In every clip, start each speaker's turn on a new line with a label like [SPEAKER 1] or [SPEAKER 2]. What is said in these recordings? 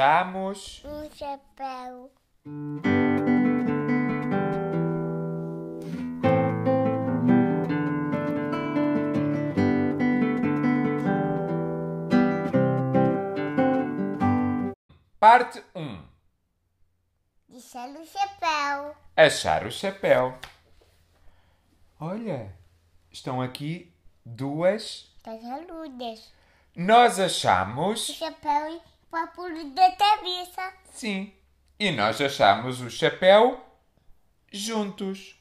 [SPEAKER 1] achamos
[SPEAKER 2] um chapéu.
[SPEAKER 1] parte 1.
[SPEAKER 2] Deixar um chapéu.
[SPEAKER 1] Achar o chapéu. Olha, estão aqui duas.
[SPEAKER 2] Das aludas.
[SPEAKER 1] Nós
[SPEAKER 2] O
[SPEAKER 1] achamos
[SPEAKER 2] Um chapéu e o apuro da cabeça.
[SPEAKER 1] sim. E nós achamos o chapéu juntos.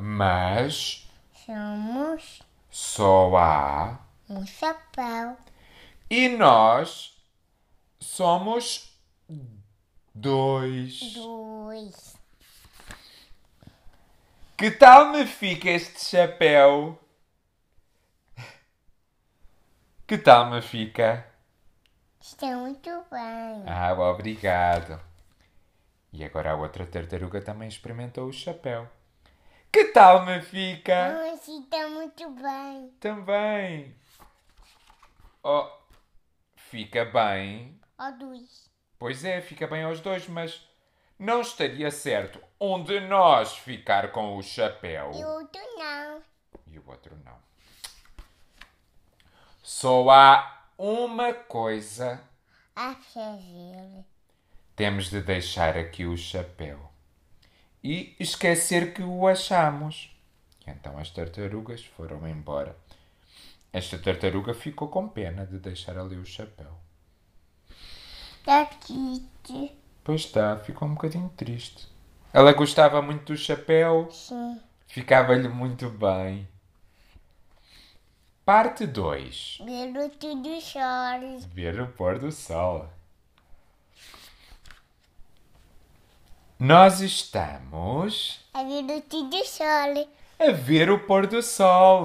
[SPEAKER 1] Mas
[SPEAKER 2] Somos
[SPEAKER 1] só há
[SPEAKER 2] um chapéu.
[SPEAKER 1] e nós somos dois.
[SPEAKER 2] Dois.
[SPEAKER 1] Que tal me fica este chapéu? Que tal me fica?
[SPEAKER 2] Está muito bem.
[SPEAKER 1] Ah, obrigado. E agora a outra tartaruga também experimentou o chapéu. Que tal me fica?
[SPEAKER 2] Não, assim está muito bem.
[SPEAKER 1] Também. Oh, fica bem.
[SPEAKER 2] Ó, dois.
[SPEAKER 1] Pois é, fica bem aos dois, mas não estaria certo um de nós ficar com o chapéu.
[SPEAKER 2] E o outro não.
[SPEAKER 1] e o outro não. Só há uma coisa:
[SPEAKER 2] A fazer.
[SPEAKER 1] temos de deixar aqui o chapéu e esquecer que o achamos. Então as tartarugas foram embora. Esta tartaruga ficou com pena de deixar ali o chapéu.
[SPEAKER 2] Da Kitty.
[SPEAKER 1] Pois está, ficou um bocadinho triste. Ela gostava muito do chapéu,
[SPEAKER 2] Sim.
[SPEAKER 1] ficava-lhe muito bem. Parte 2.
[SPEAKER 2] Garoto dos chores.
[SPEAKER 1] Ver o pôr do sol. Nós estamos
[SPEAKER 2] A garoto dos chores.
[SPEAKER 1] a ver o pôr do sol.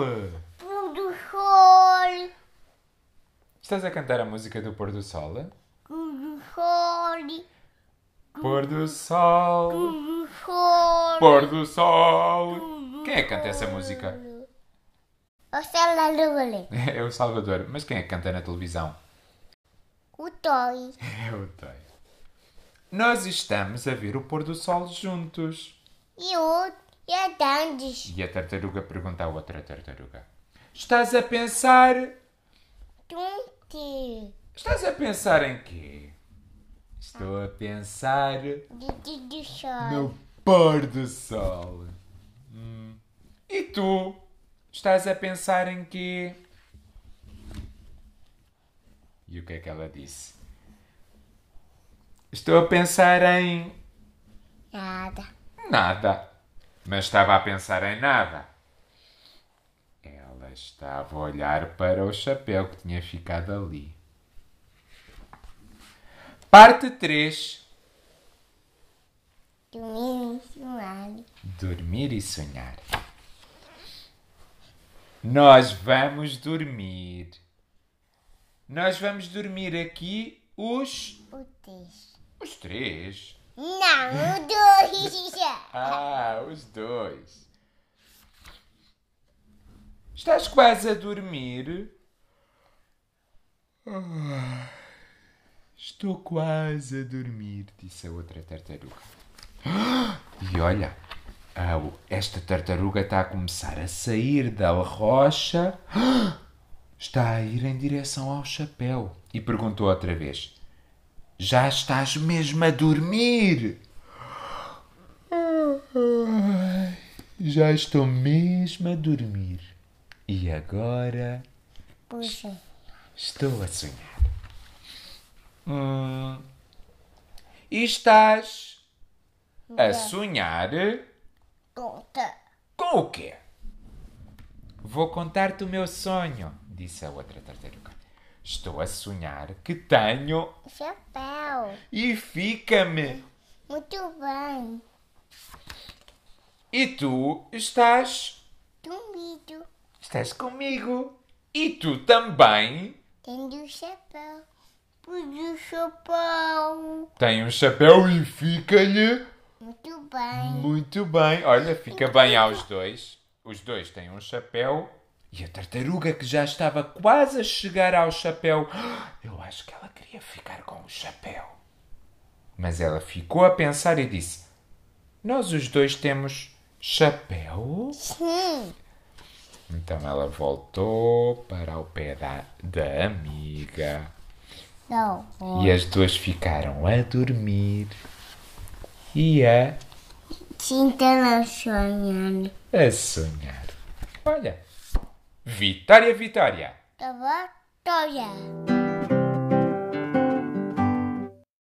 [SPEAKER 2] Pôr do sol.
[SPEAKER 1] Estás a cantar a música do pôr do sol?
[SPEAKER 2] Pôr do sol.
[SPEAKER 1] Pôr do sol,
[SPEAKER 2] Pôr do sol.
[SPEAKER 1] pôr do sol. Quem é que canta essa música?
[SPEAKER 2] O celular.
[SPEAKER 1] É o Salvador. Mas quem é que canta na televisão?
[SPEAKER 2] O toy.
[SPEAKER 1] É o Toy. Nós estamos a ver o pôr do sol juntos.
[SPEAKER 2] E o... E é a Dandes.
[SPEAKER 1] E a tartaruga pergunta à outra tartaruga: Estás a pensar
[SPEAKER 2] Tunte.
[SPEAKER 1] Estás a pensar em quê? Estou a pensar
[SPEAKER 2] Garoto dos chores.
[SPEAKER 1] no pôr do sol. Hum. E tu? Estás a pensar em quê? E o que é que ela disse? Estou a pensar em
[SPEAKER 2] Nada.
[SPEAKER 1] nada. Mas estava a pensar em nada. Ela estava a olhar para o chapéu que tinha ficado ali. Parte 3.
[SPEAKER 2] Dormir em cima.
[SPEAKER 1] Dormir e sonhar. Nós vamos dormir. Nós vamos dormir aqui os.
[SPEAKER 2] O texto.
[SPEAKER 1] os três.
[SPEAKER 2] Não, o dois.
[SPEAKER 1] Ah, os dois. Estás quase a dormir? Ah, Estou quase a dormir, disse a outra tartaruga. Ah, E olha, ah, o- esta tartaruga está a começar a sair da rocha. Ah, Está a ir em direção ao chapéu. E perguntou outra vez: Já estás mesmo a dormir? Ai, Já estou mesmo a dormir. E agora
[SPEAKER 2] Puxa.
[SPEAKER 1] estou a sonhar. Hum. E estás a sonhar
[SPEAKER 2] Conta.
[SPEAKER 1] com o quê? Vou contar-te o meu sonho, disse a outra tartaruga. Estou a sonhar que tenho
[SPEAKER 2] Chapéu.
[SPEAKER 1] e fica-me.
[SPEAKER 2] Muito bem.
[SPEAKER 1] E tu estás
[SPEAKER 2] Dormido.
[SPEAKER 1] Estás comigo? E tu também?
[SPEAKER 2] Tendo o chapéu. Pude o chapéu.
[SPEAKER 1] Tem um chapéu e fica-lhe
[SPEAKER 2] Muito bem.
[SPEAKER 1] muito bem. Olha, fica bem aos dois. Os dois têm um chapéu. E a tartaruga que já estava quase a chegar ao chapéu. Eu acho que ela queria. queria ficar com o chapéu. Mas ela ficou a pensar e disse: Nós os dois temos chapéu?
[SPEAKER 2] Sim.
[SPEAKER 1] Então ela voltou para o pé da, da amiga.
[SPEAKER 2] Não.
[SPEAKER 1] E as duas ficaram a dormir e a,
[SPEAKER 2] Sinta-la sonhando.
[SPEAKER 1] a É sonhar. Olha, Vitória, Vitória!
[SPEAKER 2] Tá bom? Tô já.